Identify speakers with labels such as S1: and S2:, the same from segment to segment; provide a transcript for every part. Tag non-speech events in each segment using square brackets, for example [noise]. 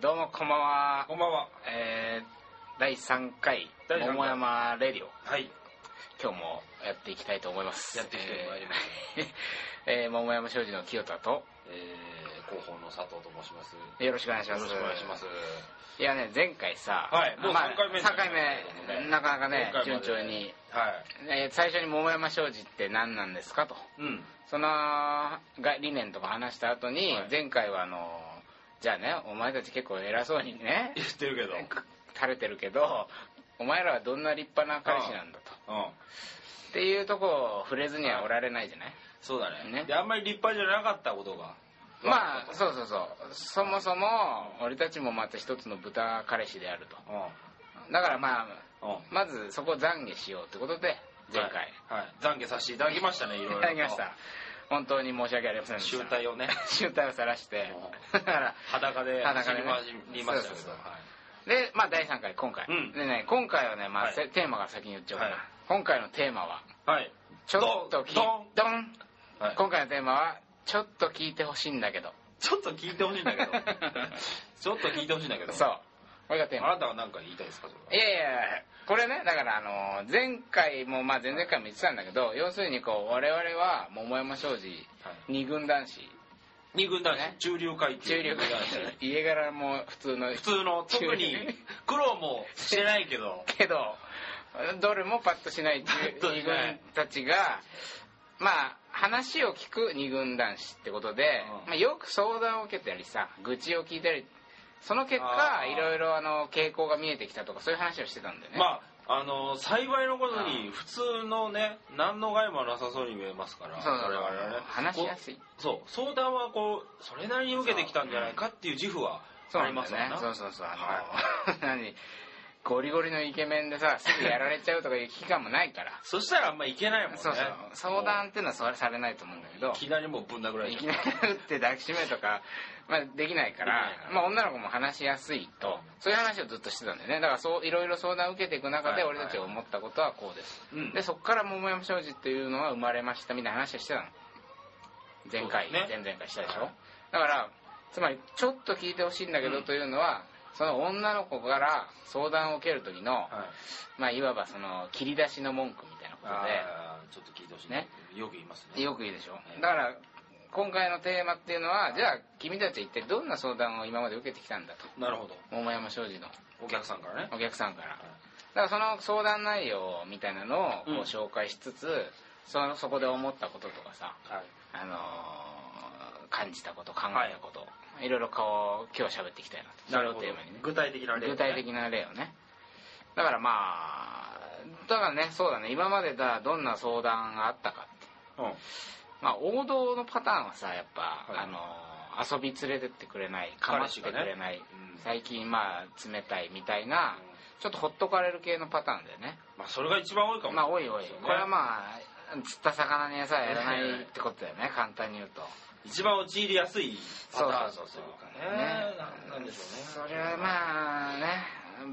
S1: どうもこんばんは
S2: こんばんは。
S1: えー、第3回
S2: 第三回
S1: 桃山レディオ
S2: はい。
S1: 今日もやっていきたいと思います
S2: やっていきたいと思いま
S1: えーえー桃山商事の清田と
S2: えー、広報の佐藤と申します。よ
S1: よろしくお願いします
S2: ろしくお願いします。
S1: いやね前回さ、
S2: はいもう
S1: まあ
S2: 三回目ですね
S1: 三回目なかなかね
S2: 今回
S1: 順
S2: まで
S1: 調に、
S2: はい。
S1: えー最初に桃山商事って何なんですかと
S2: うん。
S1: そのが理念とか話した後に、
S2: はい
S1: 前回はあのじゃあねお前たち結構偉そうにね
S2: 言ってるけど。うん。
S1: 垂れてるけどお前らはどんな立派な彼氏なんだとっていうとこを触れずにはおられないじゃない
S2: そうだね
S1: ね
S2: で、あんまり立派じゃなかったことが。
S1: まあそうそうそうそもそも俺たちもまた一つの豚彼氏であるとだからまあ
S2: うん。うん。
S1: まずそこを懺悔しようってことで前回、
S2: はい。はい。懺悔させていただきましたね、いろいろと。
S1: いただきました本当に申し訳ありませんでした
S2: 集体をね、
S1: 集体をさらして
S2: う
S1: だから
S2: 裸で
S1: 裸
S2: 走
S1: でね
S2: り回りましたけ
S1: そうそうそう
S2: ど。はい
S1: でまあ第3回今回、
S2: うん
S1: でね今回はね、まあ
S2: はい
S1: せテーマが先に言っちゃおうかな、
S2: はい
S1: 今回のテーマは
S2: はい。
S1: ちょっとき
S2: ドン
S1: ドン
S2: はい
S1: 今回のテーマはちょっと聞いてほしいんだけど
S2: ちょっと聞いてほしいん
S1: [laughs]
S2: だけど。ちょっと聞いてほしいんだけど。
S1: そう。これがテーマ
S2: あなたは何か言いたいですか、そ
S1: いやいやこれねだからあの前回もまあ前々回も言ってたんだけど要するにこう我々は桃山商事
S2: はい
S1: 二軍男子
S2: 二軍男
S1: ね
S2: 子、中流階級。
S1: 中流
S2: 二軍男子
S1: [laughs] 家柄も普通の
S2: 普通の、特に苦労もしてないけど。
S1: けどどれもパッとしない中
S2: パッと
S1: 二
S2: し
S1: 軍
S2: ない
S1: たちがまあ話を聞く二軍男子ってことで、
S2: うん
S1: まあ、よく相談を受けたりさ愚痴を聞いたりその結
S2: あ
S1: 果
S2: ー
S1: いろいろあの傾向が見えてきたとかそういう話をしてたんだよね、
S2: まあ、あの幸いのこと
S1: う
S2: に普通のね何の害もなさそうに見えますから
S1: そうそう
S2: 我々はね
S1: 話しやすい
S2: こうそう相談はこうそれなりに受けてきたんじゃないかっていう自負は
S1: そう
S2: あ
S1: な
S2: り
S1: んだ
S2: ま
S1: よ
S2: すわ
S1: ね
S2: な
S1: そうそうそうあの、 [laughs] 何ゴリゴリのイケメンでさすぐやられちゃうとかいう危機感もないから
S2: [laughs] そしたらあんまいけないもんね
S1: そうそう相
S2: も
S1: 談っていうのはそれされないと思うんだけど
S2: ういきなりもうぶん殴られ
S1: い
S2: ちゃ
S1: き
S2: う
S1: なり打って抱きしめとか、まあ、できないから
S2: できないか、ら
S1: まあ、女の子も話しやすいとそういう話をずっとしてたんだよねだからそういろいろ相談を受けていく中で
S2: はい
S1: 俺たちが思ったことはこうです、
S2: うん
S1: でそこから桃山商事っていうのは生まれましたみたいな話をしてたの前回、
S2: そうだね
S1: 前々回したでしょ、
S2: はい
S1: だからつまりちょっと聞いてほしいんだけど
S2: うん
S1: というのは、その女の子から相談を受ける時の、
S2: はい
S1: まあ、いわばその切り出しの文句みたいなことで
S2: あーちょっと聞いてほしいねよく言いますね
S1: よく言うでしょ
S2: ええ
S1: だから今回のテーマっていうのはじゃあ君たちは一体どんな相談を今まで受けてきたんだと
S2: なるほど
S1: 桃山商事の
S2: お客さんからね
S1: お客さんからだからその相談内容みたいなのを
S2: うん
S1: こう紹介しつつ、そのそこで思ったこととかさ、
S2: はい
S1: あのー感じたこと考えたこと、い、ろいろこう今日は喋っていきたいなとそれをテーマにね
S2: 具体的な例
S1: 具体的な例をねだからまあだからねそうだね今までだどんな相談があったかって
S2: うん
S1: まあ、王道のパターンはさやっぱ、
S2: は
S1: あ
S2: い
S1: の遊び連れてってくれないかましてくれない、
S2: うん
S1: 最近まあ冷たいみたいなちょっとほっとかれる系のパターンだよね
S2: まあそれが一番多いかも
S1: まあおいおい、
S2: そうね
S1: これはまあ釣った魚に餌はやらないってことだよね簡単に言うと
S2: 一番陥りやすいパターンというかねななんでしょうね
S1: それはまあね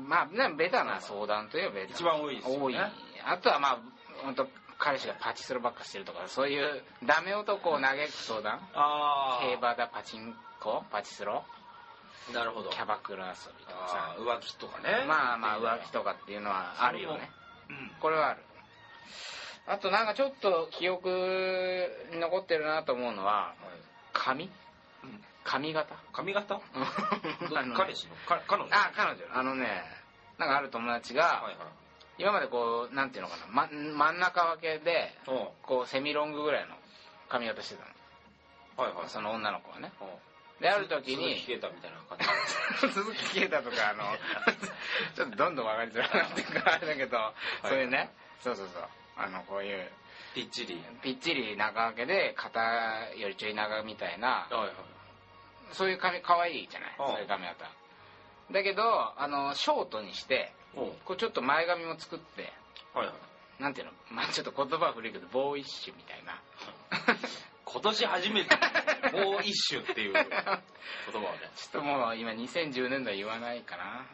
S1: まあねベタな相談といえばベタな
S2: 一番多いですよね
S1: 多いあとはまあ本当彼氏がパチスロばっかしてるとかそういうダメ男を嘆く相談
S2: ああ
S1: 競馬だパチンコパチスロ
S2: なるほど
S1: キャバクラ遊びとかさ
S2: あー浮気とかね
S1: まあまあ浮気とかっていうのはあるよねこれはあるあとなんかちょっと記憶に残ってるなと思うのは
S2: はい
S1: 髪
S2: うん
S1: 髪型
S2: 髪型ど
S1: あ [laughs] のね
S2: 彼氏のか彼女
S1: あ彼女あのねなんかある友達が
S2: はいはい
S1: 今までこうなんていうのかな、ま、真ん中分けで
S2: うん
S1: こうセミロングぐらいの髪型してた
S2: はいはい
S1: のその女の子はね
S2: うん
S1: である時に
S2: 鈴木啓太みたいな感
S1: [laughs]
S2: じ
S1: 鈴木啓太とかあの [laughs] ちょっとどんどん分かりづらくなってくからあれだけど、
S2: い
S1: そういうねそうそうそうあのこういう
S2: ぴっちり
S1: ぴっちり長開けで肩よりちょい長みたいな
S2: はいはい
S1: そういう髪可愛いじゃない
S2: うん
S1: そういう髪型だけどあのショートにして
S2: うん
S1: こうちょっと前髪も作って
S2: はいはい
S1: なんていうのまあちょっと言葉は古いけどボーイッシュみたいな
S2: 今年初めてもう一種っていう言葉を
S1: [laughs]
S2: ね
S1: ちょっともう今2010年代言わないかな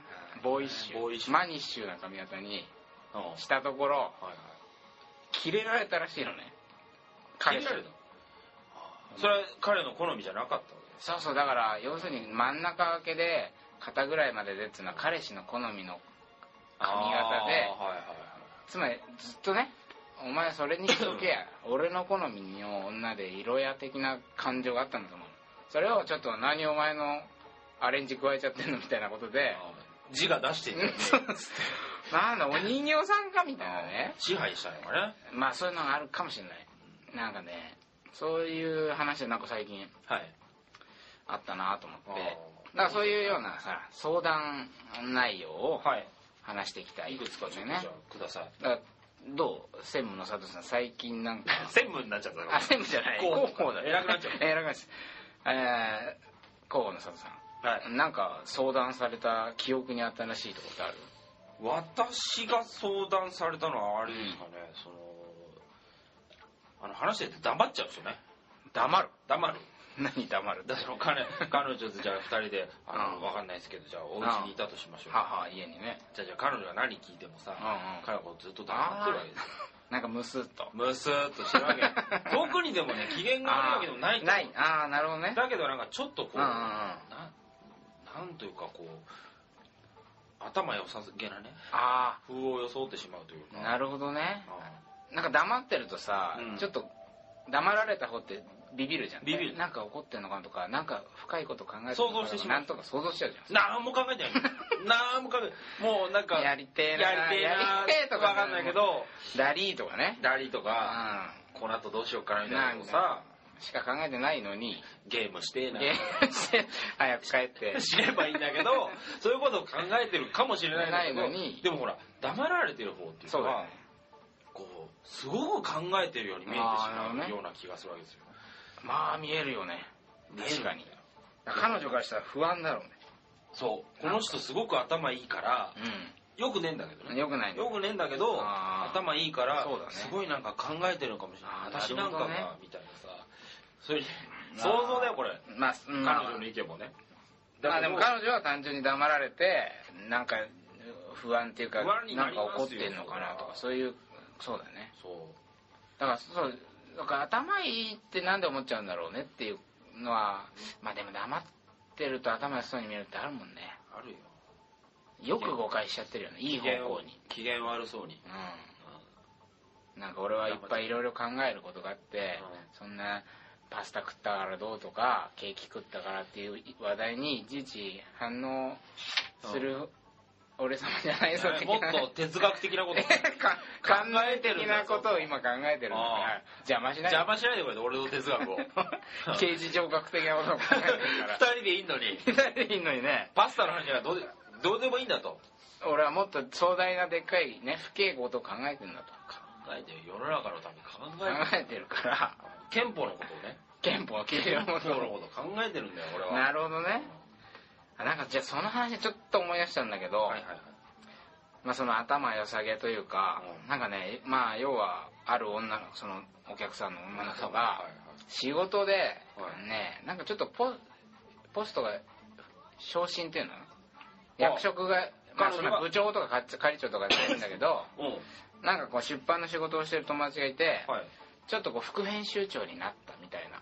S1: ボーイッシュ
S2: ボーイッシュ
S1: マニッシュな髪型に
S2: うん
S1: したところ
S2: はいはい
S1: 切れられたらしいのね
S2: 彼
S1: 彼氏
S2: 氏それは彼の好みじゃなかったわけです
S1: そうそうだから要するに真ん中分けで肩ぐらいまででっていうのは彼氏の好みの
S2: あー
S1: 髪型で
S2: はい
S1: つまりずっとねお前それにしとけ
S2: [laughs]
S1: や俺の好みの女で色屋的な感情があったんだと思うそれをちょっと何お前のアレンジ加えちゃってんのみたいなことで
S2: [laughs] はいはい字が出していたよね
S1: なんだお人形さんかみたいなね
S2: 支配したのかね
S1: まあそういうのがあるかもしれないなんかねそういう話でなんか最近
S2: はい
S1: あったなと思って
S2: あー
S1: だからそういうようなさ相談内容を
S2: はい
S1: 話していきたい
S2: いくつかちょっとじゃ
S1: ね
S2: あください
S1: だからどう専務の佐藤さん最近なんか
S2: [laughs] 専務になっちゃったの
S1: あ専務じゃない
S2: 候補
S1: 広報だね
S2: 偉くなっちゃう
S1: [laughs] 偉くなっちゃうえー広報の佐藤さ
S2: はい
S1: んなんか相談された記憶にあったらしいとこってある
S2: 私が相談されたのはあれですかね、そのあの話してて黙っちゃうんですよね
S1: 黙る
S2: 黙る
S1: 何黙る
S2: だから
S1: [laughs]
S2: 彼彼女とじゃあ2人であの、
S1: うん
S2: わかんないですけどじゃあお家にいたとしましょう
S1: 母家にね
S2: じゃあじゃあ彼女が何聞いてもさ、
S1: うんうん
S2: 彼のことずっと黙ってるわけですよ
S1: なんかムスっと
S2: ムスーっとしてるわけよ
S1: [laughs]
S2: 特にでもね機嫌
S1: あ
S2: が悪いわけでもない
S1: ーないああなるほどね
S2: だけどなんかちょっとこう、
S1: うんうんうん
S2: ななんというかこう頭良さげなね
S1: あ
S2: 風を装ってしまうという
S1: あ
S2: か
S1: なるほどね
S2: うん
S1: なんか黙ってるとさ、
S2: うん
S1: ちょっと黙られた方ってビビるじゃん
S2: ビビる
S1: なんか怒ってんのかなとかなんか深いこと考えて
S2: 想像してしまう
S1: なんとか想像しちゃうじ
S2: なんも考えてない
S1: [laughs]
S2: なんも考えてないもうなん
S1: ゃ
S2: か
S1: んやりてえな
S2: やりてえな
S1: やりてえとか
S2: わかんないけど
S1: ダリーとかね
S2: ダリと
S1: う
S2: か
S1: ん
S2: この後どうしようかなみたいなことさ
S1: しか考えてないのに
S2: ゲームしてえな
S1: ゲームして早く帰って
S2: 知ればいいんだけど
S1: [laughs]
S2: そういうことを考えてるかもしれないんだ
S1: な
S2: け
S1: い
S2: ど
S1: のに
S2: でもほら黙られてる方っていう
S1: そ
S2: の
S1: うだよ
S2: は
S1: ね
S2: こうすごく考えてるように見えてし
S1: あーなるほどね
S2: まうような気がするわけですよ
S1: まあ見えるよね
S2: 見える
S1: 確かに彼女からしたら不安だろうね
S2: そうこの人すごく頭いいからよくねえんだけど
S1: うん
S2: ね
S1: よくないね
S2: よくねえんだけど
S1: あー
S2: 頭いいから
S1: そうだね
S2: すごいなんか考えてるのかもしれ
S1: あ
S2: な
S1: ー
S2: い私なんかが
S1: なるほど
S2: みたいなさそれに想像だよこれ
S1: まあ、うん
S2: 彼女の意見もね
S1: まあでも彼
S2: 女
S1: 女は単純に黙られてなんか不安っていうか
S2: 不安にな
S1: なん
S2: り
S1: か
S2: ますよ
S1: 怒ってんのかなとかそういうそうだね
S2: そう
S1: だからそうだから頭いいってなんで思っちゃうんだろうねっていうのはまあでも黙ってると頭良さそうに見えるってあるもんね
S2: あるよ
S1: よく誤解しちゃってるよねいい方向に
S2: 機嫌悪そうに
S1: うんなんか俺はいっぱいいろいろ考えることがあってそんなパスタ食ったからどうとかケーキ食ったからっていう話題にいちいち反応する俺様じゃないぞ的
S2: もっ
S1: な
S2: と哲学
S1: [laughs]
S2: 的なこと
S1: か考えてる
S2: 考えてるん
S1: 的
S2: だ
S1: なことを今考えてるんだから邪魔しない
S2: 邪魔しないでくれて俺の哲 [laughs] 学を
S1: 刑事上学的なことを考えてるから
S2: 二人でいいのに
S1: 左でいいのにね
S2: パスタの話はどうでどうでもいいんだと
S1: 俺はもっと壮大なでっかいね不敬語と考えてるんだと
S2: 考えてよ世の中のために考
S1: 考
S2: えて
S1: えてるから
S2: 憲法のことをね
S1: 憲法基準
S2: 憲
S1: を
S2: 法のことを考えてるんだよ俺は
S1: なるほどねあなんかじゃあその話ちょっと思い出したんだけど、
S2: はいはいはい
S1: まあ、その頭良さげというか、
S2: うん
S1: なんかねまあ要はある女のそのお客さんの女の子が
S2: はいはい
S1: 仕事で、
S2: はい
S1: ねなんかちょっとポポストが昇進っていうの
S2: あ
S1: 役職が、まあ、
S2: 彼
S1: そ
S2: 女が
S1: の部長とか係長とかじゃないんだけど
S2: うん
S1: なんかこう出版の仕事をしてる友達がいて、
S2: はい
S1: ちょっとこう副編集長になったみたいな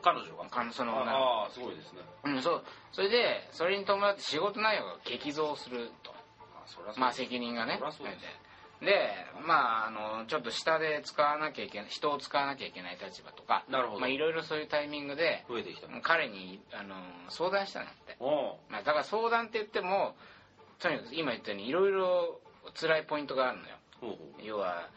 S2: 彼女が
S1: あのその女の子
S2: ああーすごいですね
S1: うん、そうそれでそれに伴って仕事内容が激増すると
S2: あそりゃそう
S1: まあ責任がね
S2: そりゃそうです
S1: でまああのちょっと下で使わなきゃいけない人を使わなきゃいけない立場とか
S2: なるほど
S1: まあいろいろそういうタイミングで
S2: 増えてきた
S1: 彼にあの相談したんだって、
S2: お
S1: まあ、だから相談って言ってもとにかく今言ったようにいろいろ辛いポイントがあるのよ
S2: おう
S1: 要は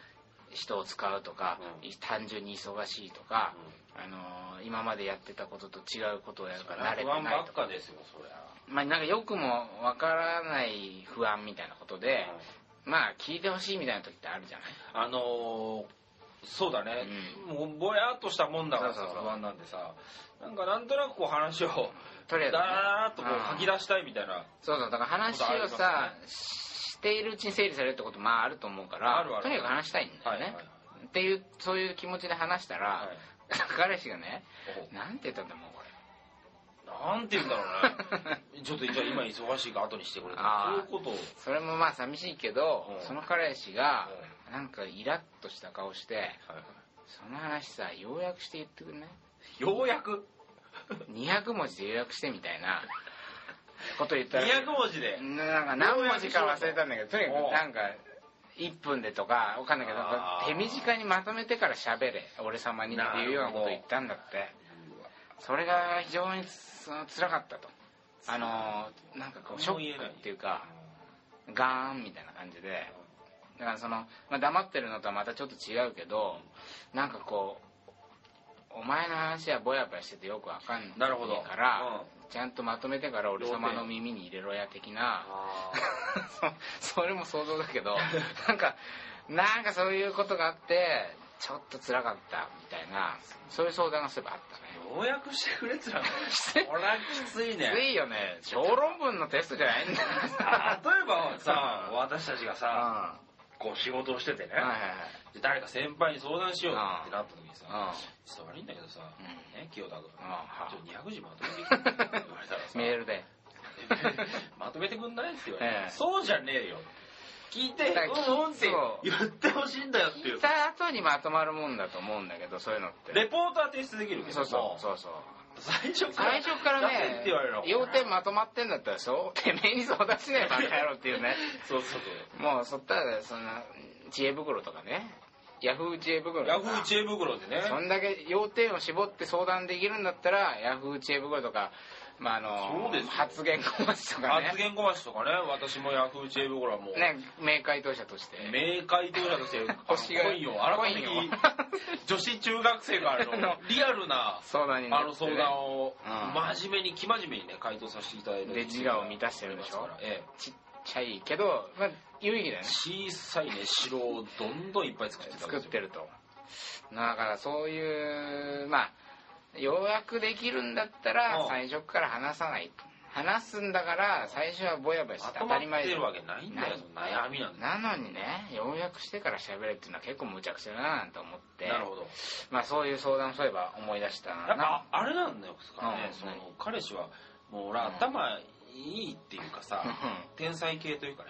S1: 人を使うとか、
S2: うん
S1: 単純に忙しいとか、あの今までやってたことと違うことをやるから慣れて
S2: 不安
S1: な
S2: ば
S1: い
S2: っ
S1: とか
S2: かですよそりゃ
S1: まあ、なんか良くもわからない不安みたいなことで、まあ聞いてほしいみたいな時ってあるじゃない
S2: あのーそうだね、もうぼやっとしたもんだからさ
S1: そうそうそう
S2: 不安なんでさなんかなんとなくこう話を
S1: とりあえず、 [laughs] ね
S2: だ、らーっとこ
S1: うん
S2: う吐き出したいみたいな
S1: そうそうだから話を
S2: ことあ
S1: さ、しているうちに整理されるってことまああると思うから
S2: あるある
S1: とにかく話したいんだ
S2: は
S1: よ
S2: い
S1: ね、
S2: はいはい
S1: っていうそういう気持ちで話したら、
S2: はい
S1: 彼氏がね
S2: おう
S1: なんて言ったんだもうこれ
S2: なんて言うんだろう
S1: [laughs]
S2: ねちょっとじゃあ今忙しいから後にしてくれと
S1: あー
S2: そういうことを
S1: それもまあ寂しいけど、
S2: うん
S1: その彼氏がなんかイラッとした顔して
S2: はい
S1: その話さようやくして言ってくんない
S2: ようやく
S1: 200文字で予約してみたいなこと言ったら
S2: 200文字で
S1: なんか何文字か忘れたんだけどとにか
S2: おう
S1: くなんか1分でとかわかんないけど
S2: あー
S1: 手短にまとめてから喋れ俺様にっていうようなことを言ったんだってそれが非常につつらかったとあのなんかこうショックっていうかガーンみたいな感じでだからその、まあ、黙ってるのとはまたちょっと違うけどなんかこうお前の話はぼやぼやしててよくわかんない
S2: なるほど
S1: から、
S2: う
S1: ちゃんとまとめてから俺様の耳に入れろや的な [laughs] そそれも想像だけ
S2: [laughs]
S1: どなんかなんかそういうことがあってちょっと辛かったみたいなそういう相談がすればあったね
S2: ようやくしてくれってなこれはきついね
S1: ついよね小論文のテストじゃないんだからさ
S2: [laughs] 例えばさ私たちが
S1: [laughs] うん
S2: さこう仕事をしててね
S1: はいはい
S2: で誰か先輩に相談しようってなった時にさ
S1: はい
S2: 「ちょっと悪いんだけどさ
S1: うんうん
S2: ね清田君
S1: は
S2: ちょっと200字まとめてきて」って言われたらさ
S1: [laughs] メールで
S2: [laughs] まとめてくんないって言われて、
S1: ええ
S2: そうじゃねえよ聞いて
S1: だから
S2: うんうんって
S1: そう
S2: 言ってほしいんだよってい
S1: 聞
S2: う
S1: いた後にまとまるもんだと思うんだけどそういうのって
S2: レポートは提出できるけど
S1: そうそう
S2: う
S1: そうそう
S2: 最初から
S1: 最初から
S2: 出せって
S1: ね
S2: 言われるの
S1: 要点まとまってんだったらそうてめえに相談しねえバカ野郎っていうね
S2: そうそう
S1: もうそったらそんな知恵袋とかねヤフー知恵
S2: そ
S1: 袋
S2: う
S1: とか
S2: ヤフー知恵袋でね
S1: そんだけ要点を絞って相談できるんだったらヤフー知恵袋とか、まあ、あ
S2: そう
S1: の
S2: ですよ
S1: 発言コマとか
S2: 発
S1: ね
S2: 言小橋とかね私もヤフー知恵袋はもう、
S1: ね名解答者として
S2: 名解答者として
S1: [laughs] 星が
S2: 恋を改めて
S1: 恋を
S2: 女子中学生からのリアルな
S1: 相談に乗
S2: あ
S1: ってね
S2: の相談を
S1: うん
S2: 真面目に生真面目にね回答させていただいて
S1: で自我を満たしてるでしょ
S2: ええ
S1: ちっちゃいけど、まあ、有意義だよね
S2: 小さいね城をどんどんいっぱい作ってたわ
S1: 作
S2: け
S1: っ
S2: ですよ
S1: てるとだからそういうまあ要約できるんだった
S2: う
S1: ら
S2: ん
S1: 最初から話さない話すんだから最初はぼやぼやし
S2: ま
S1: て
S2: と
S1: 当
S2: ま
S1: た
S2: っ
S1: り前
S2: て
S1: で
S2: るわけないんだよ
S1: ない
S2: 悩みなんだよ
S1: なのにね要約してから喋るっていうのは結構むちゃくちゃだなと思って
S2: なるほど
S1: まあそういう相談そういえば思い出した
S2: や
S1: な
S2: っ
S1: [laughs]
S2: ぱあれなんだよからね
S1: うん
S2: その
S1: 何
S2: 彼氏はもう俺頭いいっていうかさ
S1: うん
S2: 天才系とい
S1: [laughs]
S2: うかね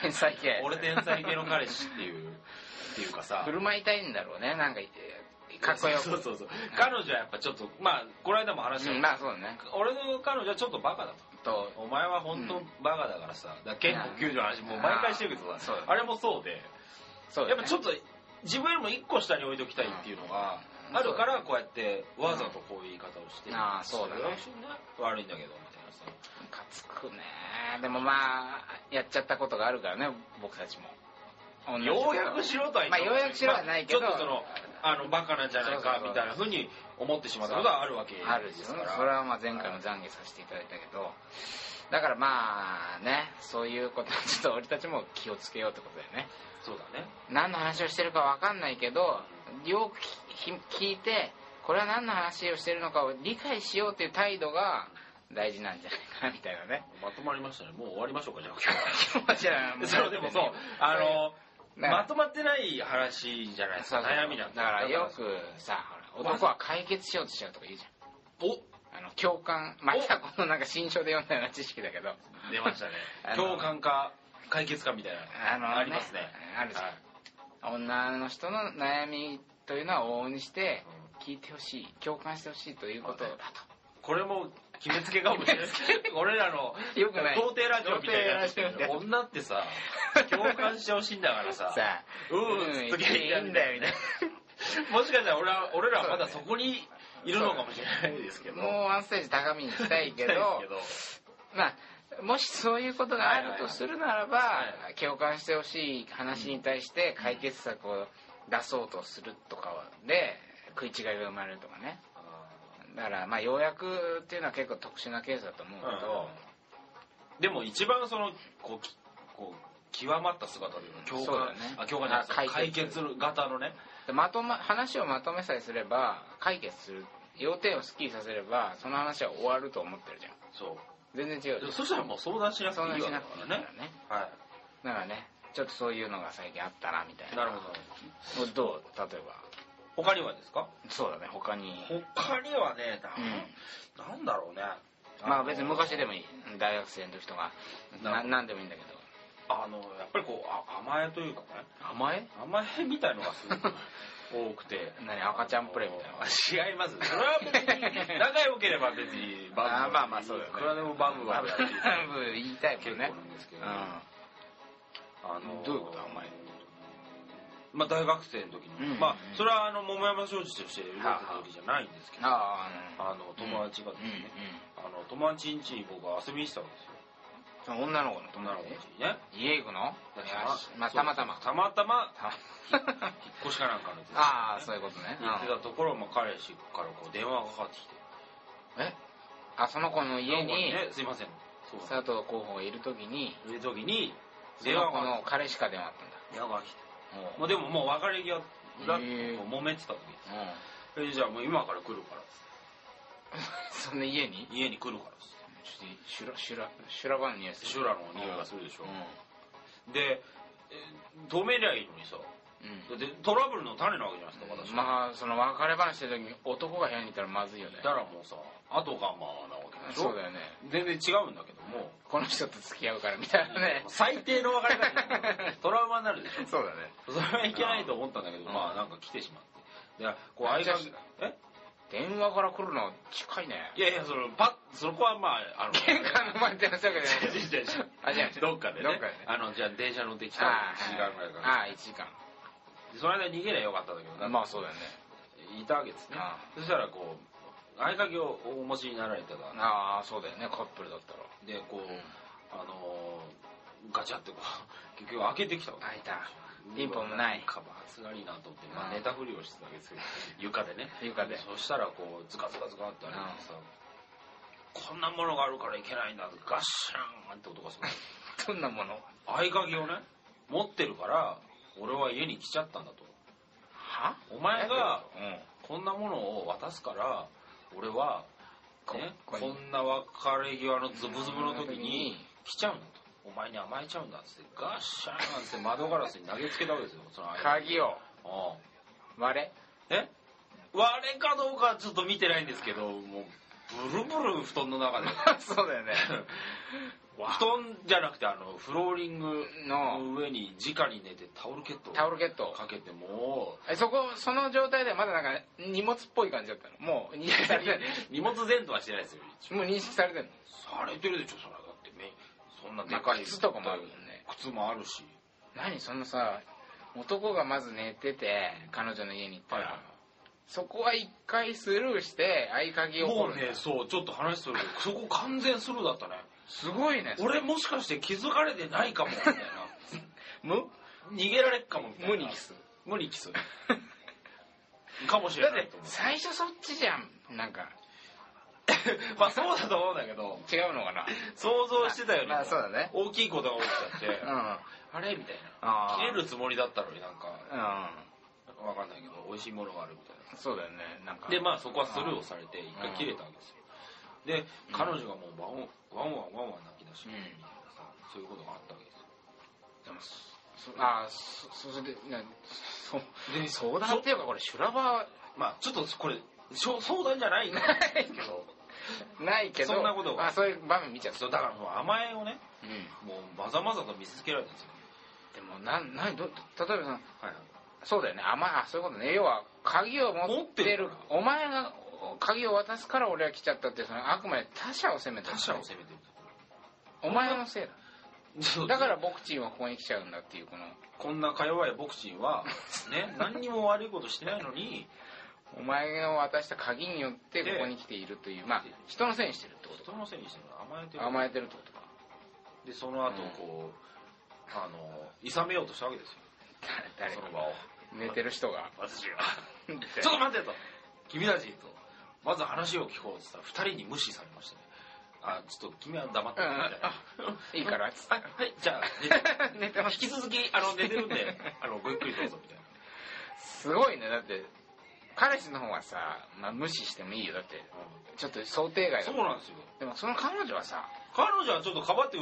S1: 天才系
S2: 俺天才系の彼氏っていうっていう
S1: [laughs]
S2: かさ
S1: 振る舞いたいんだろうねなんかえーかっこよく
S2: そうそうそう彼女はやっぱちょっとまあこの間も話した
S1: う
S2: け
S1: ん
S2: ど
S1: まあそうだね
S2: 俺の彼女はちょっとバカだと
S1: と
S2: お前は本当バカだからさ、だから結構救助の話もう毎回してるけど
S1: あー
S2: さ
S1: そうだね
S2: あれもそうで
S1: そう
S2: や
S1: だね
S2: っぱちょっと自分よりも1個下に置いときたいっていうのが
S1: うん
S2: あるからこうやってわざとこういう言い方をして
S1: あーそうだね
S2: れは一緒にね悪いんだけどみたいなさ
S1: ムカつくねでもまあやっちゃったことがあるからね僕たちも同じこと
S2: ようやくしろとは言って
S1: まあようやくしろはないけど
S2: まあちょっとそのあのバカなんじゃない
S1: そうそう
S2: か
S1: そう
S2: みたいなふうに思ってしまったことはあるわけ
S1: あるん
S2: で
S1: ですす
S2: か
S1: よ
S2: ら
S1: それはまあ前回も懺悔させていただいたけどだからまあねそういうことはちょっと俺たちも気をつけようってことだよね
S2: そうだね
S1: 何の話をしてるか分かんないけどよく聞聞いてこれは何の話をしてるのかを理解しようっていう態度が大事なんじゃないかなみたいなね [laughs]
S2: まとまりましたねもう終わりましょうかじゃあ今日は
S1: 気持ちはも
S2: そうでもそうあの
S1: だから
S2: まとまってない話じゃないですか
S1: そうそう
S2: 悩みなん
S1: だからよ
S2: く
S1: くさほら男は解決しようとしちゃうとか言うじ
S2: お
S1: ゃんあの共感またこのなんか新書で読んだような知識だけど
S2: 出ましたね
S1: [laughs] あの
S2: 共感か解決かみたいな
S1: あの
S2: りますね
S1: あるじゃん
S2: はい
S1: 女の人の悩みというのは往々にして聞いてほしい共感してほしいということだ
S2: これも決めつけかもし
S1: [laughs]
S2: れない俺らの
S1: とよくない
S2: [laughs] 童貞ラジオみたいなやつ
S1: 童貞ラジオみたいな
S2: 女ってさ
S1: [laughs]
S2: 共感してほしいんだからさ
S1: さあ
S2: うんうん
S1: 言っていいんだよみたいな
S2: もしかしたら俺は俺らはまだそこにいるのかもしれないですけど
S1: もうワンステージ高みに行きたい
S2: [laughs]
S1: けどまあもしそういうことがあるとするならば、
S2: はいはい
S1: 共感してほしい話に対して解決策を出そうとするとかはで食い違いが生まれるとかねだからまあ要約っていうのは結構特殊なケースだと思うけど、
S2: でも一番そのこうきこう極まった姿で共
S1: そうだ
S2: 感、
S1: ね
S2: あ共感じゃな
S1: あ
S2: い解
S1: 解
S2: 決
S1: 決
S2: 型のね
S1: でまとま話をまとめさえすれば解決する要点をすっきりさせればその話は終わると思ってるじゃん
S2: そう
S1: 全然違うじゃ
S2: でも
S1: ん
S2: そしたらもう相談しなくてい
S1: 相
S2: いわ
S1: 談
S2: け
S1: し
S2: だ
S1: な
S2: か
S1: くていいからら
S2: ね
S1: ね
S2: は
S1: だからねちょっとそういうのが最近あったなみたい
S2: い
S1: な
S2: なるほど
S1: どどう例えば
S2: 他にはですか
S1: そうだね他に
S2: 他にはねな,、ん、だろうね
S1: まあ別に昔で
S2: も
S1: もいい大学生の時とかな
S2: なるほど
S1: 何でもいいんだけど
S2: あのやっぱりこうあ甘えというかね
S1: 甘え
S2: 甘えみたいのがすごく多く [laughs] て
S1: 何赤ちゃんプレイみたいな
S2: な違います [laughs] それは別に仲良ければ別にバブ
S1: あーまあまあそうだよね
S2: いくらでもバブバブやっていい
S1: 多分言いたいも
S2: [laughs]
S1: ん
S2: 結構
S1: ね
S2: なんですけ
S1: う
S2: ど、
S1: ん
S2: ねあの
S1: どういうこと甘え
S2: まあ大学生の時に、
S1: うん
S2: まあそれはあの桃山商事として動いてた時じゃないんですけど、
S1: ああ
S2: あの友達がです
S1: うん
S2: ね、あの友達ん家に僕は遊びに来たんですよ
S1: うん女の子の友
S2: 女の
S1: 達
S2: 子の
S1: 家
S2: 家にね
S1: 行くのよしまあ
S2: そう
S1: たまたま
S2: たまたま
S1: た
S2: 引っ越しかなんかの手
S1: [laughs]
S2: 伝い
S1: ああそういうことね
S2: 行ってたところ、まあ、彼氏からこう電話がかかってきて
S1: うんえあその子の家に
S2: ね、すいませんそう
S1: 佐藤候補がいるときに
S2: そういう時に
S1: そ
S2: 電話
S1: の
S2: が
S1: 子
S2: かかっ
S1: の彼しか電話あったんだ
S2: て電話が来て
S1: も
S2: もうでももう別れ際だって
S1: へえ
S2: こう揉めてた時で
S1: ううん
S2: すえじゃあもう今から来るからっつ
S1: そんな家に
S2: って家に来るからっつっ
S1: ちょっと修羅修羅修羅場の匂いす
S2: て
S1: る
S2: シュラの匂いがするでしょ
S1: うん
S2: でえー止めりゃいいのにさ
S1: うん
S2: だってトラブルの種なわけじゃないですか私は
S1: まあその別れ話してる時に男が部屋にいたらまずいよね
S2: だからもうさ後がまあなわけでしょ
S1: そうだよね
S2: 全然違うんだけども
S1: この人と付き合うからみたいなね
S2: 最低の別れ方トラウマになるでしょ
S1: そうだね
S2: [laughs] それはいけないと思ったんだけど
S1: うん
S2: まあなんか来てしまってでこう相掛けえ
S1: 電話から来るの近いね
S2: いやいやそのパッそこはまああの
S1: 玄
S2: [laughs]
S1: 関の前に電話したわけじゃない
S2: 違う [laughs] 違う違う
S1: あ違う違う
S2: どっかでね
S1: どっかでね
S2: あのじゃあ電車乗ってきたら
S1: あ
S2: 1時間ぐらいか
S1: あ
S2: ら
S1: あ1時間
S2: でその間逃げりゃよかったんだけどなんか
S1: まあそうだよね
S2: いたわけですね
S1: あ
S2: そしたらこう合鍵をお持ちになられたら
S1: ああそうだよねカップルだったら
S2: でこう
S1: うん
S2: あのーガチャってこう [laughs] 結局開けてきたわけ
S1: 開いたピンポンもない
S2: カバー暑がりなと思って、まあ、
S1: うん
S2: 寝たふりをしてたわけですよ [laughs] 床でね
S1: 床で
S2: そしたらこうズカズカズカってあれてさ、こんなものがあるからいけないんだってガッシャーンって音がする
S1: どんなもの
S2: 合鍵をね持ってるから俺は家に来ちゃったんだと
S1: は
S2: お前が
S1: うん
S2: こんなものを渡すから俺は、
S1: こ
S2: ね、
S1: こ
S2: こ
S1: こに
S2: んな別れ際のズブズブの時に来ちゃうんだとお前に甘えちゃうんだっつってガッシャーンって窓ガラスに投げつけたわけですよその合鍵
S1: 鍵を
S2: ああ
S1: 割
S2: [laughs]
S1: れ
S2: え割れかどうかはちょっと見てないんですけどもうブルブル布団の
S1: [laughs]
S2: 中で
S1: そうだよね
S2: 布団じゃなくてあのフローリング
S1: の
S2: の上に直に寝てタオルケットを
S1: タオ
S2: か
S1: ルケット
S2: けても
S1: [laughs] えそこその状態でまだなんか荷物っぽい感じだったのも
S2: [laughs]
S1: う認識されて
S2: う荷物全とはしてないですよ
S1: るもう認識されてる
S2: されてるでしょそれはだってめそんな
S1: の
S2: でかい
S1: 靴とかもあるもんね
S2: 靴もあるし
S1: 何そのさ男がまず寝てて彼女の家に行ったら、そこは一回スルーして合鍵を
S2: もう
S1: 掘る
S2: ねそうちょっと話するけどそこ完全スルーだったね
S1: すごいね
S2: 俺もしかして気づかれてないかもみたいな
S1: 無
S2: 逃げられっかもみたいな
S1: 無にキ
S2: [laughs]
S1: ス
S2: 無理キスかもし
S1: だ
S2: れ
S1: っ
S2: ない
S1: て
S2: と思う
S1: 最初そっちじゃんなんか
S2: まあそうだと思うんだけど
S1: 違うのかな
S2: 想像してたよりも
S1: まあそうだね
S2: 大きいことが起きち
S1: う
S2: ゃ
S1: ん
S2: ってあれみたい
S1: あ
S2: な
S1: ー
S2: 切れるつもりだったのになんか
S1: う
S2: わかんないけど美味しいものがあるみたい
S1: んそうだよねなんか
S2: なでまあそこはスルーをされて一回切れたわけですよで彼女がもうワンワンワンワンワン泣き出
S1: う
S2: しみ
S1: ん
S2: たいなさそういうことがあったわけですよ
S1: でもそあーそそれでなそ
S2: で
S1: 相談っていうかこれ修羅場
S2: まあちょっとこれしょ相談じゃないん [laughs] ですけど
S1: ないけど
S2: そんなことが
S1: あそういう場面見ちゃう
S2: そうだからもう甘えをね
S1: うん
S2: もうまざまざと見せつけられたんですよ
S1: でもなんなんど例えばさ
S2: はいはい
S1: そうだよねあまあそういうことね要は鍵を持って
S2: 持って
S1: る
S2: るから
S1: お前が鍵を渡すから俺は来ちゃったってそのあくまで他者を責めた
S2: 他者を責めてる
S1: お前のせいだ
S2: そう
S1: だから僕チンはここに来ちゃうんだっていうこの
S2: こんなか弱いボクシンは、ね、何にも悪いことしてないのに、
S1: お前が渡した鍵によってここに来ているというまあ人のせいにしてるってこと
S2: 人のせいにしてるの甘えてる。
S1: か甘えてるってことか
S2: で、その後、こう、あの、いさめようとしたわけですよ。
S1: 誰
S2: その
S1: か
S2: 場を。
S1: 寝てる人が
S2: 私が。 [laughs] ちょっと待ってと。君たちと。まず話を聞こうって言ったら、二人に無視されましたね。あ、ちょっと君は黙っててみたいな。
S1: いいからっつっ
S2: あはい、じゃあ、寝て
S1: て [laughs] 寝てます
S2: 引き続き、あの、寝てるんで、あの、ごゆっくりどうぞ、みたいな。
S1: すごいねだって彼氏の方はさ、まあ、無視してもいいよだってちょっと想定外だ
S2: そう
S1: もん
S2: なんですよ。
S1: でもその彼女はさ
S2: 彼女はちょっとかばって、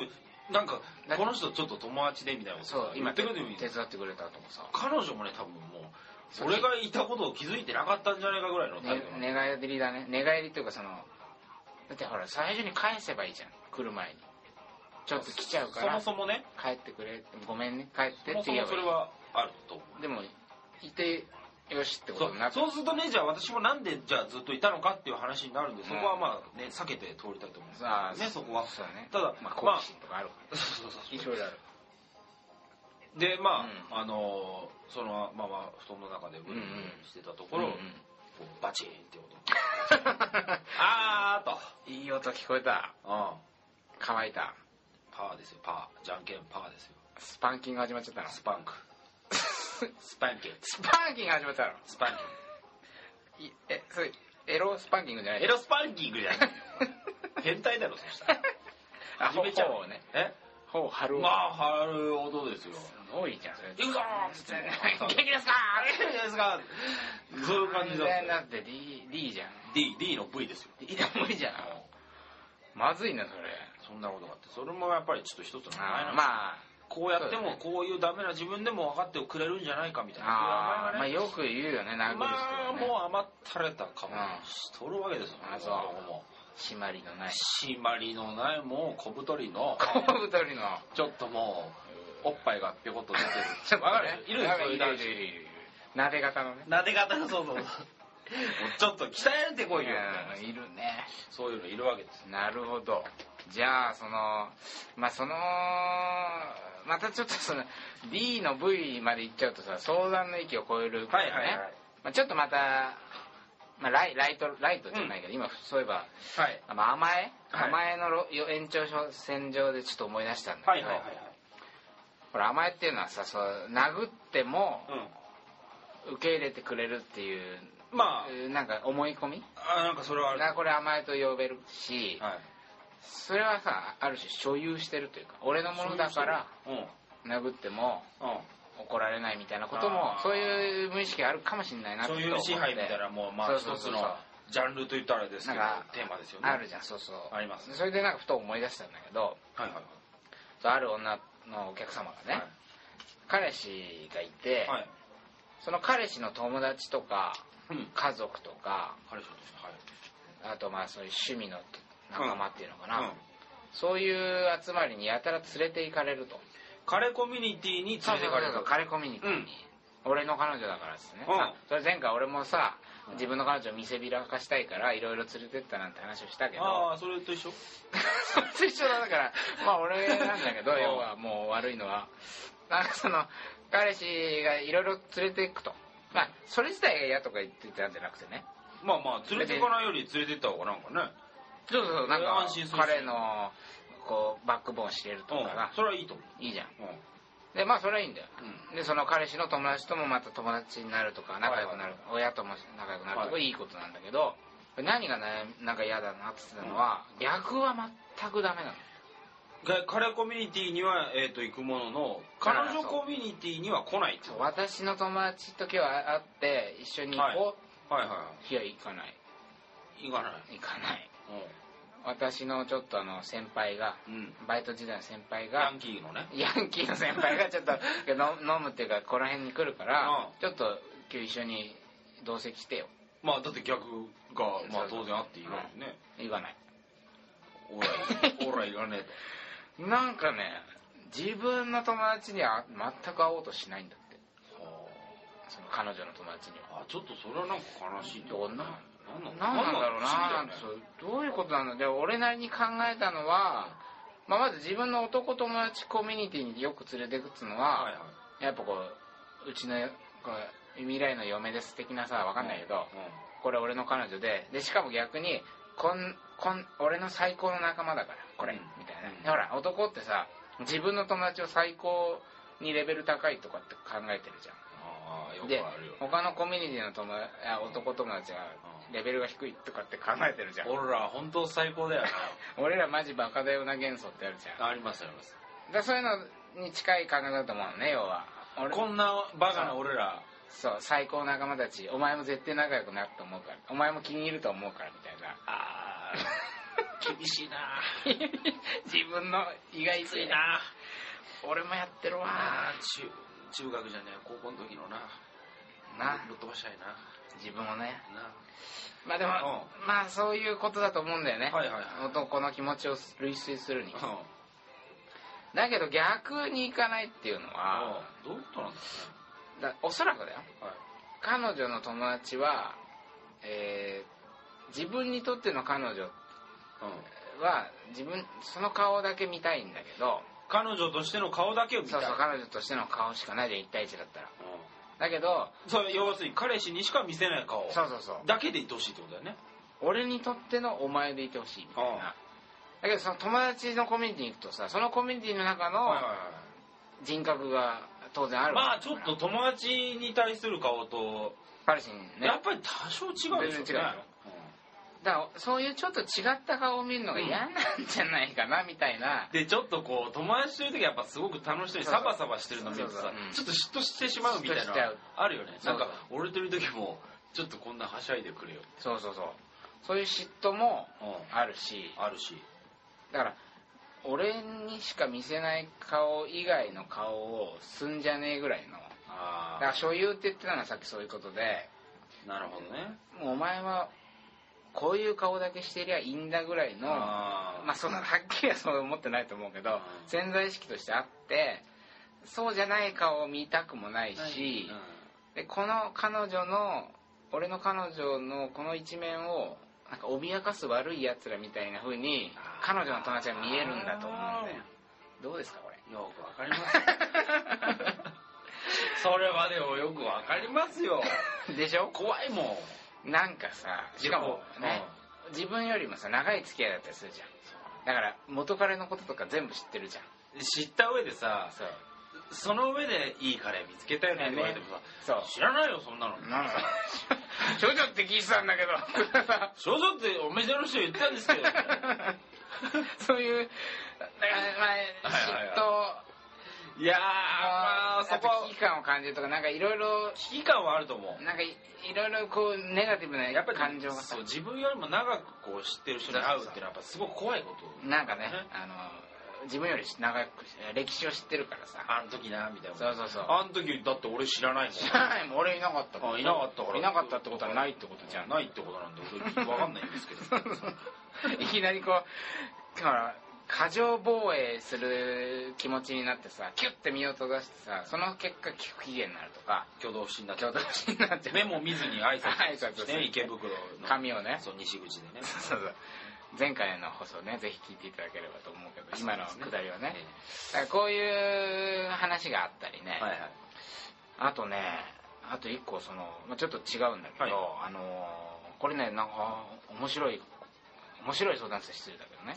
S2: なんか、この人ちょっと友達でみたいなこと
S1: そ
S2: さ
S1: う
S2: 言
S1: 今
S2: って
S1: 手
S2: く
S1: 伝
S2: れてもいい
S1: ってくれたとかさ、
S2: 彼女もね多分も
S1: そうう
S2: 俺がいたことを気づいてなかったんじゃないかぐらいの態
S1: ね
S2: 度なの、
S1: 寝返りだね寝返りっていうかそのだってほら最初に返せばいいじゃん来る前にちょっと来ちゃうから
S2: そもそもね
S1: 帰ってくれってごめんね帰って
S2: そ
S1: っ
S2: も
S1: て
S2: そ
S1: 言え
S2: も
S1: ば
S2: そ
S1: いい
S2: れはあると思う
S1: でもいてよしってこ
S2: そ
S1: とにな
S2: う
S1: って
S2: そうするとねじゃあ私もなんでじゃあずっといたのかっていう話になるんでそこはまあね避けて通りたいと思うんですけど
S1: さあ
S2: ねそこは
S1: そうだね
S2: ただ
S1: まあ
S2: まあ
S1: 好奇心とかあるか
S2: そうそうそう
S1: らいろいろある
S2: で
S1: う
S2: ま
S1: ん
S2: あ、あのーそのまま布団の中でブルブルしてたとこ
S1: う
S2: ろ、
S1: ん
S2: こうバチーンって音 [laughs] あーと、
S1: うんいい音聞こえた
S2: うん、
S1: 乾いた
S2: パーですよパーじゃんけんパーですよ
S1: スパンキング始まっちゃったの [laughs]
S2: スパンクスパンキン
S1: スパンキング始まったの
S2: スパン
S1: いえそれエロスパンキングじゃな
S2: キ
S1: い
S2: [laughs] ンエロスパンキングじゃないよ変態だろそしたら
S1: あ
S2: 始めちゃう
S1: ほうね
S2: え
S1: ほう張る
S2: まあ貼る音ですよ
S1: 多いじゃんそれ
S2: 行くぞーっつって
S1: 元気ですか
S2: あれじゃないですかそういう感じだ
S1: 完全
S2: っ
S1: だって D, D じゃん
S2: た D, D の V ですよ
S1: D でもいいじゃんまずいなそれ
S2: そんなことがあってそれもやっぱりちょっと一つの前
S1: あ
S2: の
S1: ーまあ
S2: こうやっ
S1: そ
S2: て
S1: うだ
S2: も
S1: ね
S2: こういうダメな自分でも分かってくれるんじゃないかみたいな
S1: あーま
S2: そ
S1: あ
S2: ういう
S1: よく言うよね
S2: 甘えが
S1: 殴る人
S2: ねま
S1: は
S2: あ
S1: ね
S2: もう甘ったれた顔
S1: うん
S2: しとるわけですよ、
S1: あそう
S2: 男も
S1: 締まりのない
S2: 締まりのないもう小太りの
S1: 小太りの
S2: ちょっともうおっぱいがぴょこっ [laughs] と出て
S1: ちょっとね
S2: る分かるいるでしょそういう
S1: いるいる
S2: 男
S1: いる
S2: 子
S1: いる鍋型のね
S2: なで方がそうそうもうちょっと鍛えてこいよみたい
S1: うん
S2: ない
S1: るね
S2: そういうのいるわけですよ
S1: なるほどじゃあそのまあそのまたちょっとその D の V まで行っちゃうとさ相談の域を超えるからね、まあ、ちょっとまた、まあ、ライライトライトじゃないけど、今そういえば、
S2: はい
S1: あまあ、甘え、
S2: はい
S1: 甘えのろよ延長線上でちょっと思い出したんだ
S2: は
S1: け
S2: い
S1: ど、
S2: はいはい
S1: これ甘えっていうのはさそう殴っても
S2: はい
S1: 受け入れてくれるっていう、
S2: うんま
S1: えーなんか思い込み
S2: ああなんかそれはある
S1: がこれ甘えと呼べるし、
S2: はい
S1: それはさある種所有してるというか俺のものだから
S2: うんうん
S1: 殴っても怒られないみたいなことも
S2: あー
S1: そういう無意識があるかもしれないなって
S2: 所
S1: 思って
S2: 有支配みたいなもうま
S1: そ
S2: あ
S1: う
S2: 一
S1: そう
S2: つ
S1: そうそう
S2: のジャンルといったらですけど
S1: なんか
S2: テーマですよね
S1: あるじゃんそうそう
S2: あります
S1: それでなんかふと思い出したんだけど
S2: はいはい
S1: そうある女のお客様がね、彼氏がいて、
S2: はいはい
S1: その彼氏の友達とか
S2: うん
S1: 家族とか
S2: 彼氏としてはい
S1: あとまあそういう趣味の仲間っていうのかな、
S2: うん
S1: そういう集まりにやたら連れて行かれると
S2: 彼コミュニティに連れて行かれる
S1: そうそうそう彼コミュニティに、
S2: うん
S1: 俺の彼女だからですね、
S2: うん
S1: あそれ前回俺もさ
S2: うん
S1: 自分の彼女を見せびらかしたいからいろいろ連れてったなんて話をしたけど
S2: ああそれと一緒
S1: [laughs] それと一緒だだからまあ俺なんだけど
S2: うん
S1: 要はもう悪いのはなんかその彼氏がいろいろ連れていくとまあそれ自体が嫌とか言ってたんじゃなくてね
S2: まあまあ連れて行かないより連れて行った方がなんかね
S1: そうそうそうなんか
S2: 安心するし
S1: 彼のこうバックボーン知れると
S2: う
S1: か
S2: ん
S1: が
S2: それはいいと思
S1: いいじゃん
S2: ううん
S1: でまあそれはいいんだよ
S2: うん
S1: でその彼氏の友達ともまた友達になるとか仲良くなる、親とも仲良くなるとか
S2: はい
S1: いいことなんだけど、何が、ね、なんか嫌だなって言ってたのは、逆は全くダメなの
S2: が彼コミュニティにはえーと行くものの彼女コミュニティには来ないってい
S1: そ
S2: う
S1: う
S2: はい
S1: 私の友達と今日会って一緒に行こ、
S2: はいう
S1: い、や行かない
S2: はい行かない
S1: 行かない私のちょっとあの先輩が
S2: うんうん
S1: バイト時代の先輩
S2: ヤ
S1: が
S2: ンキーのね
S1: ヤンキーの先輩がちょっとの飲むっていうかここら辺に来るから、
S2: うん
S1: ちょっと今日一緒に同席してよ
S2: まあだって逆がまあ当然あっていいわけ [laughs] ね
S1: 行かない
S2: オーライオーライいらねえと
S1: なんかね自分の友達には全く会おうとしないんだってその彼女の友達には
S2: あちょっとそれはなんか悲しい
S1: どんな
S2: なん
S1: 何なんだろうな、
S2: 不
S1: そ
S2: 思
S1: うどういうことなんだで俺なりに考えたのは、まあ、まず自分の男友達コミュニティによく連れてくっつうの
S2: 議だよね
S1: は、
S2: はいは
S1: やっぱこううちのこう未来の嫁です的なさわかんないけど、
S2: いうん
S1: これ俺の彼女ででしかも逆にこんこん俺の最高の仲間だからこれ、
S2: うん
S1: みたいな、
S2: うん
S1: でほら男ってさ自分の友達を最高にレベル高いとかって考えてるじゃん
S2: ああよ
S1: で
S2: くあるよ
S1: 他のコミュニティの友達あ男友達はレベルが低いとかって考えてるじゃん
S2: 俺ら本当最高だよ
S1: 俺らマジバカだよな幻想ってあるじゃんだか
S2: なありますあります
S1: らそういうのに近い考えだと思うのね要は俺
S2: こんなバカな俺ら
S1: そう最高の仲間たちお前も絶対仲良くなると思うからお前も気に入ると思うからみたいな
S2: あー厳しいな
S1: [laughs] 自分の意外
S2: つ
S1: 性
S2: いな
S1: 俺もやってるわ
S2: あー中中学じゃねえ高校の時のな
S1: な
S2: ぶっ飛ばしたいな
S1: 自分もね
S2: な
S1: まあでも、まあそういうことだと思うんだよね、
S2: はいはいはい
S1: 男の気持ちを類推するに
S2: うん
S1: だけど逆に行かないっていうのは、
S2: あどういうことなんだろ
S1: だおそらくだよ
S2: うねはい
S1: 彼女の友達は、えー自分にとっての彼女
S2: うん
S1: は自分その顔だけ見たいんだけど
S2: 彼女としての顔だけを見た
S1: そ
S2: いう
S1: そう彼女としての顔しかないじゃん1対1だったら
S2: うん
S1: だけど
S2: それ要するに彼氏にしか見せない顔
S1: そうそうそう
S2: だけでいてほしいってことだよね
S1: 俺にとってのお前でいてほしいみたい
S2: あ
S1: なだけどその友達のコミュニティに行くとさそのコミュニティの中の人格が当然ある
S2: ま
S1: わ
S2: あ
S1: けだ
S2: ちょ
S1: か
S2: っ
S1: ら
S2: と友達に対する顔と、
S1: 彼氏にね
S2: やっぱり多少違うでしょうね
S1: 全然違うよだからそういうちょっと違った顔を見るのが嫌なんじゃないかなみたいな、
S2: でちょっとこう友達という時はやっぱすごく楽しそう
S1: そう
S2: に
S1: そ
S2: サ
S1: う
S2: バサバしてるの見ると
S1: そうそ
S2: さ
S1: ううん
S2: ちょっと嫉妬してしまうみたいな
S1: 嫉妬しちゃう
S2: あるよね
S1: そう
S2: な
S1: んそ
S2: か
S1: う
S2: 俺といる時もちょっとこんなはしゃいでくれよ、
S1: そうそうそうそういう嫉妬もあるし
S2: あるし
S1: だから俺にしか見せない顔以外の顔をすんじゃねえぐらいのだから
S2: あ
S1: 所有って言ってたのがさっきそういうことで
S2: あなるほどね
S1: もうお前はこういう顔だけしてりゃいいんだぐらいの
S2: あ
S1: まあそんなはっきりはそう思ってないと思うけど
S2: うん
S1: 潜在意識としてあってそうじゃない顔を見たくもない
S2: あ
S1: し、
S2: うん
S1: でこの彼女の俺の彼女のこの一面をなんか脅かす悪いやつらみたいな風に
S2: あー
S1: 彼女の友達は見えるんだと思うんだよどうですかこれ
S2: よくわかります
S1: [laughs]
S2: よそれはでもよくわかりますよ
S1: でしょ
S2: 怖いもん
S1: なんかさしかもね自分よりもさ長い付き合いだったりするじゃんだから元彼のこととか全部知ってるじゃん
S2: うん知った上でさ
S1: そう
S2: その上でいいカレー見つけたよねって言われても
S1: そ
S2: さ
S1: う
S2: 知らないよそんなの
S1: なん [laughs] だ少女って聞いてたんだけど
S2: 少女ってお店の人言ったんですけ
S1: [laughs]
S2: ど
S1: そういうだから
S2: はいはい
S1: まあ嫉妬、
S2: いやーま
S1: あ
S2: あ
S1: そ
S2: そ
S1: こ
S2: こは
S1: 危機感を感じるとかなんかいろいろ
S2: 危機感はあると思う
S1: なんかいいろいろこうネガティブな
S2: やっぱり
S1: 感情がさ
S2: そう自分よりも長くこう知ってる人に会うっていうのはやっぱすごく怖いこと
S1: なんかね
S2: ね
S1: あの自分より長く歴史を知ってるからさ
S2: あの時なみたいな
S1: そうそうそう
S2: あの時だって俺知らないもん
S1: 知ら [laughs] ないもん俺いなかったもん
S2: あいなかったから
S1: いなかったってことはないってことじゃん
S2: ないってことなんで俺分かんないんで
S1: [laughs]
S2: すけど
S1: いきなりこうだから過剰防衛する気持ちになってさキュッて身を閉ざしてさその結果聞く期限になるとか
S2: 挙動不審になっちゃ
S1: 挙
S2: う
S1: 動不審になっちゃう
S2: 目も見ずに
S1: 挨
S2: 挨拶
S1: 拶
S2: し
S1: す
S2: て、
S1: る
S2: ね、池袋の
S1: 髪をね
S2: そう西口でね
S1: そうそう前回の放送ねぜひ聞いていただければと思うけど今のくだりはね
S2: え
S1: だからこういう話があったりね、
S2: えはいはい
S1: あとねあと一個その、まあ、ちょっと違うんだけど、
S2: はい
S1: あのーこれねなんか面白い面白い相談室失礼だけどね、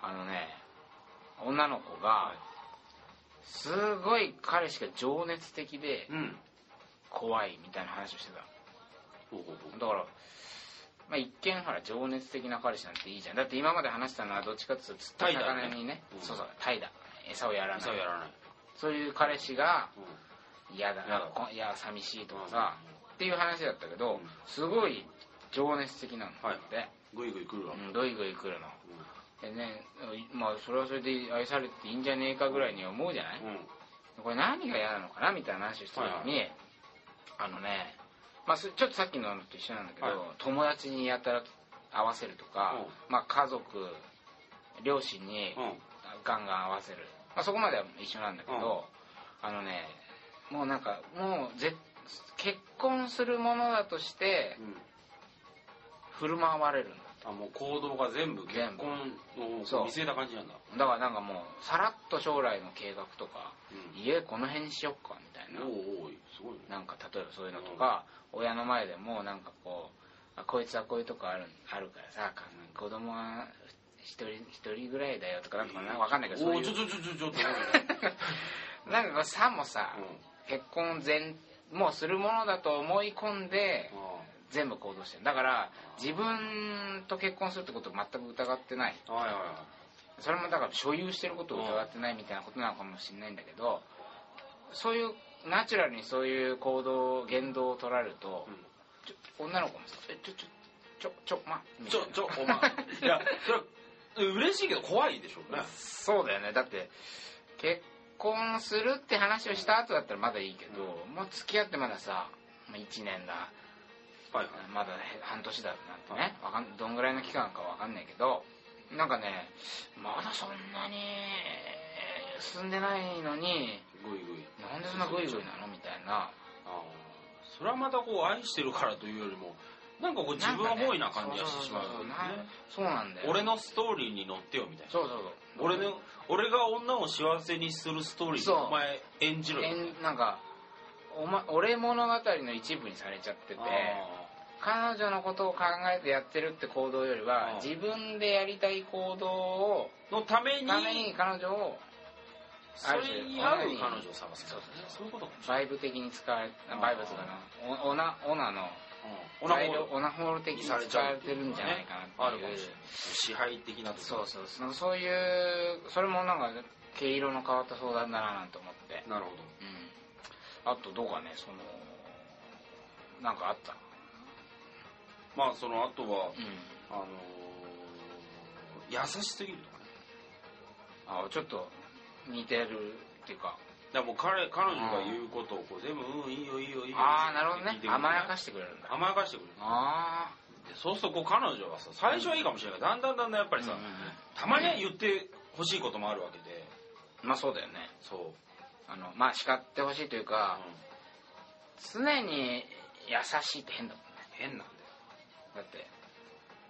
S1: あのね女の子が
S2: はい
S1: すごい彼氏が情熱的で
S2: うん
S1: 怖いみたいな話をしてた
S2: ほうほうほう
S1: だから、まあ、一見ほら情熱的な彼氏なんていいじゃんだって今まで話したのはどっちかっていうとずっと
S2: 怠惰ね
S1: 魚にね
S2: うん
S1: そうそう怠惰餌をやらない
S2: そうやらない
S1: そういう彼氏が
S2: うん
S1: 嫌だ
S2: 嫌だ
S1: こいや寂しいとかさ、っていう話だったけど、
S2: うん
S1: すごい情熱的なんだって、
S2: グイグイ来るわ
S1: うん、ぐいぐい来るの
S2: う
S1: でねまあそれはそれで愛されていいんじゃねえかぐらいに思うじゃない、
S2: んうん
S1: これ何が嫌なのかなみたいな話をした時に、あ
S2: は
S1: のね、まあ、すちょっとさっきののと一緒なんだけど、
S2: はい
S1: 友達にやたら合わせるとか、まあ、家族両親に
S2: うん
S1: ガンガン合わせる、まあ、そこまでは一緒なんだけど、あのねもうなんかもうぜ結婚するものだとして
S2: うん
S1: 振る舞われるんだ
S2: あもう行動が全部結
S1: 全部
S2: 婚を見
S1: そう
S2: 据えた感じなんだ
S1: だからなんかもうさらっと将来の計画とか
S2: うん
S1: 家この辺にしよっかみたいな
S2: おうおうすごいね
S1: なんか例えばそういうのとか、親の前でもなんかこうあこいつはこういうとこあるあるからさか子供は一人一人ぐらいだよとかなんかわかんないけどそう
S2: お
S1: い
S2: お
S1: う
S2: ちょちょちょちょちょっと待って
S1: [laughs] なんかこうさもさ、
S2: うん
S1: 結婚前もうするものだと思い込んで
S2: あ
S1: 全部行動してるだから自分と結婚するってことを全く疑ってない
S2: あはいはいは
S1: それもだから所有してることを疑ってないみたいなことなのかもしれないんだけどそういうナチュラルにそういう行動言動を取られると、
S2: いうん
S1: ちょ女の子もさ「えちょちょちょちょま」み
S2: ち
S1: たい
S2: ょ
S1: な
S2: ちょお前いやそれは嬉しいけど怖いでしょうね
S1: そうだよねだって結婚するって話をした後だったらまだいいけど、もう付き合ってまださ1年だ
S2: はいはい
S1: まだへ半年だなんてねわかんどんぐらいの期間かわかんないけどなんかねまだそんなに進んでないのに
S2: グイグイ
S1: なんでそんなグイグイなのみたいな
S2: あーそれはまたこう愛してるからというよりもなんかこう自分本位な感じがしてしまう,、
S1: そうそうそうそうなそうなんだよ
S2: 俺のストーリーに乗ってよみたいな
S1: そうそうそう
S2: 俺の俺が女を幸せにするストーリー
S1: そう
S2: をお前演じろよ
S1: えんなんかお、ま、俺物語の一部にされちゃってて
S2: あ
S1: 彼女のことを考えてやってるって行動よりは
S2: あー
S1: 自分でやりたい行動を
S2: ーのために
S1: ために彼女を
S2: それに合う彼女を探す
S1: そうそう
S2: そういうことかもしれ
S1: バイブ的に使われ
S2: あー
S1: バイブとかなおオナオナの
S2: うんオナホー
S1: 材料
S2: ル
S1: オナホール的に使われてるんじゃないかな
S2: あ
S1: っ
S2: る
S1: て
S2: か
S1: い
S2: も
S1: う
S2: しれない支配的なと
S1: そ
S2: こ
S1: うそうそのそういうそれもなんか毛色の変わった相談だななんて思って
S2: なるほど
S1: うんあとどうかねそのなんかあった
S2: まあそのあとは
S1: うん
S2: あのー優しすぎるとかね
S1: あちょっと似てるっていうか
S2: だからもう彼彼女が言うことをこう全部「うんいいよいいよいいよ」
S1: ああなるほどね甘やか
S2: し
S1: してくれるんだ
S2: 甘やかしてくれる
S1: あ
S2: でそうするとこう彼女はさ最初はいいかもしれないけどだんだんだんだんやっぱ
S1: あ
S2: りさ、たまには言ってほしいこともあるわけで
S1: まあそうだよね
S2: そう、
S1: あのまあ叱ってほしいというか常に優しいって変だもんね
S2: 変なんだよ
S1: だって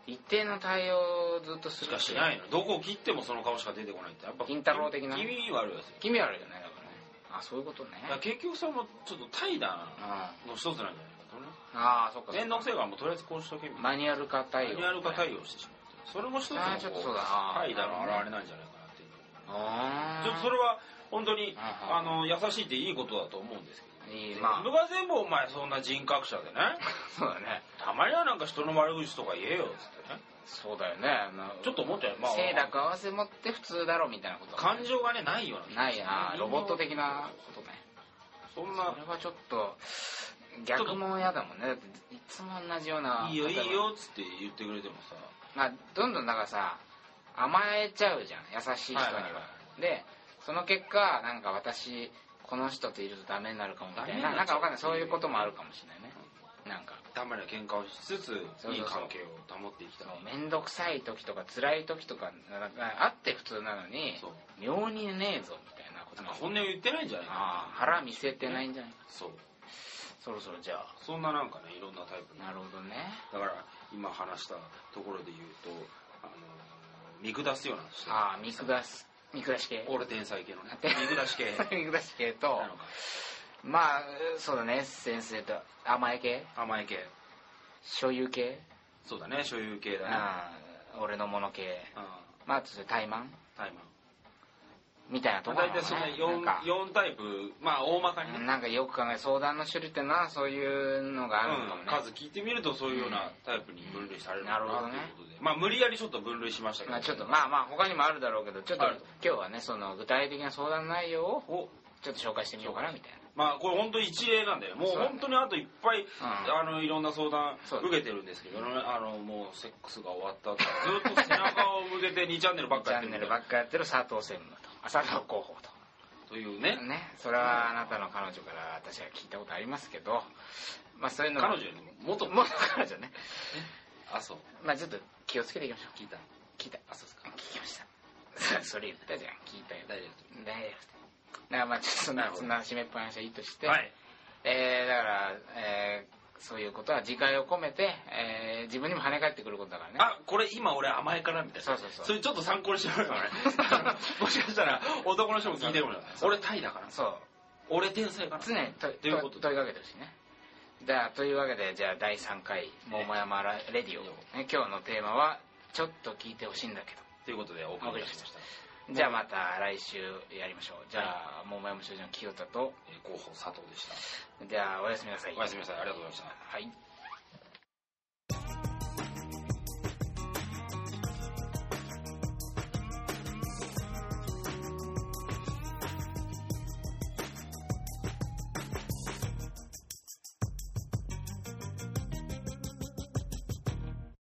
S1: 一定の対応をずっとす
S2: し
S1: る
S2: かしないいのどこを切ってもその顔しか出てこないってやっぱ
S1: 金太郎的な
S2: 気味悪いですよ
S1: 気味悪いよねだからねあそういうことね
S2: だから結局それもちょっと怠惰
S1: うんあ
S2: の一つなんじゃないかとね
S1: あそっかそっ
S2: 面
S1: か
S2: 倒くせえからもうとりあえずこうしとけみたいな
S1: マニュアル化対応
S2: マニュアル化対応してしまってるそれも一つの
S1: あーちょっとそうだあー
S2: 怠惰の表れなんじゃないかなっていう
S1: ああ
S2: ちょっとそれは本当に
S1: あー
S2: あの優しいっていいことだと思うんですけど
S1: いいまあ
S2: 自分が全部お前そんな人格者でね
S1: そうだね
S2: たまにはなんか人の悪口とか言えよっつってね
S1: そうだよねまあ
S2: ちょっと思っちゃうよまあ
S1: 清濁合わせ持って普通だろみたいなこと
S2: 感情がねないような気が
S1: な
S2: す
S1: い
S2: る
S1: なロボット的なことね
S2: そん
S1: そ
S2: な
S1: れはちょっと逆も嫌だもんねだっていつも同じようない
S2: いよいいよっつって言ってくれてもさ
S1: まあどんどんだからさ甘えちゃうじゃん優しい人には,、
S2: はいはいは
S1: でその結果なんか私この人といるとダメになるかもみた
S2: ダ
S1: い
S2: メに
S1: な
S2: なっちゃう
S1: なんかわかんないそういうこともあるかもしれないねなんか
S2: たまには喧嘩をしつつ
S1: そうそうそう
S2: いい関係を保っていきたい
S1: そう面倒くさい時とか辛い時とかなんかあって普通なのに
S2: そう
S1: 妙にねえぞみたいなこと
S2: なん
S1: も
S2: か本音を言ってないんじゃないかな
S1: ああ腹見せてないんじゃない
S2: そう
S1: そろそろじゃあ
S2: そんななんかねいろんなタイプの
S1: なるほどね
S2: だから今話したところで言うとあの見下すような人
S1: ああ見下す見下し系
S2: 俺天才系のね
S1: [laughs] て
S2: 見下し系
S1: 見下し系と
S2: なのか
S1: まあそうだね先生と甘え系
S2: 甘え系
S1: 所有系
S2: そうだね所有系だね
S1: ああ俺のもの系
S2: あ
S1: まあそれ怠慢
S2: タイマー
S1: みたいなところ
S2: 大体その
S1: なんか
S2: 4, 四タイプまあ大まかにね、
S1: なんかよく考え相談の種類ってのはそういうのがあるのかも
S2: うん
S1: ね、
S2: 数聞いてみるとそういうようなタイプに分類されるのか
S1: うんなるほどね
S2: ということで、まあ無理やりちょっと分類しましたけど、
S1: まあちょっとまあまあ他にもあるだろうけどちょっと
S2: ある
S1: 今日はねその具体的な相談内容を
S2: お
S1: ちょっと紹介してみようかなみたいな
S2: まあこれ本当一例なんでもう
S1: そうだね
S2: 本当にあといっぱい、
S1: ん
S2: あのいろんな相談
S1: そうだね
S2: 受けてるんですけど、あのもうセックスが終わった後ずっと背中を向けて2チャンネルばっ
S1: チ
S2: かやっ
S1: ャ
S2: て
S1: ン
S2: る
S1: ネ
S2: み
S1: ル
S2: た
S1: ば
S2: いな
S1: っかやってる佐藤専務とあ佐藤広報
S2: というね
S1: とねそれはあなたの彼女から私は聞いたことありますけどまあそういうの
S2: 彼女よりも元
S1: もう彼女ね
S2: あそう
S1: まあちょっと気をつけていきましょう
S2: 聞いた
S1: 聞いた
S2: あそうですか
S1: 聞きました [laughs] それ言ったじゃん聞いたよ
S2: 大丈
S1: 大丈夫だからまあちょっとそん
S2: な
S1: な
S2: るほど
S1: そんな締めっぱなしはいいとして、
S2: 夫はい
S1: えーだから、えーそういうことは自戒を込めて、えー自分にも跳ね返ってくることだからね
S2: あこれ今俺甘えからみたいな
S1: そうそうそう
S2: れちょっと参考にしてもらえばね [laughs] もしかしたら男の人も聞いてるもんね俺タイだから
S1: そう
S2: 俺天才かな
S1: 常にと
S2: ということで
S1: 問いかけてほしいねじゃあというわけでじゃあ第3回「桃山ラレディオ、ね」今日のテーマは「ちょっと聞いてほしいんだけ
S2: ということでお送りいたしました
S1: ど」じゃあまた来週やりましょうじゃあ桃山少女の清田と
S2: えー広報佐藤でした
S1: じゃあおやすみなさい
S2: おやすみなさいありがとうございました
S1: はい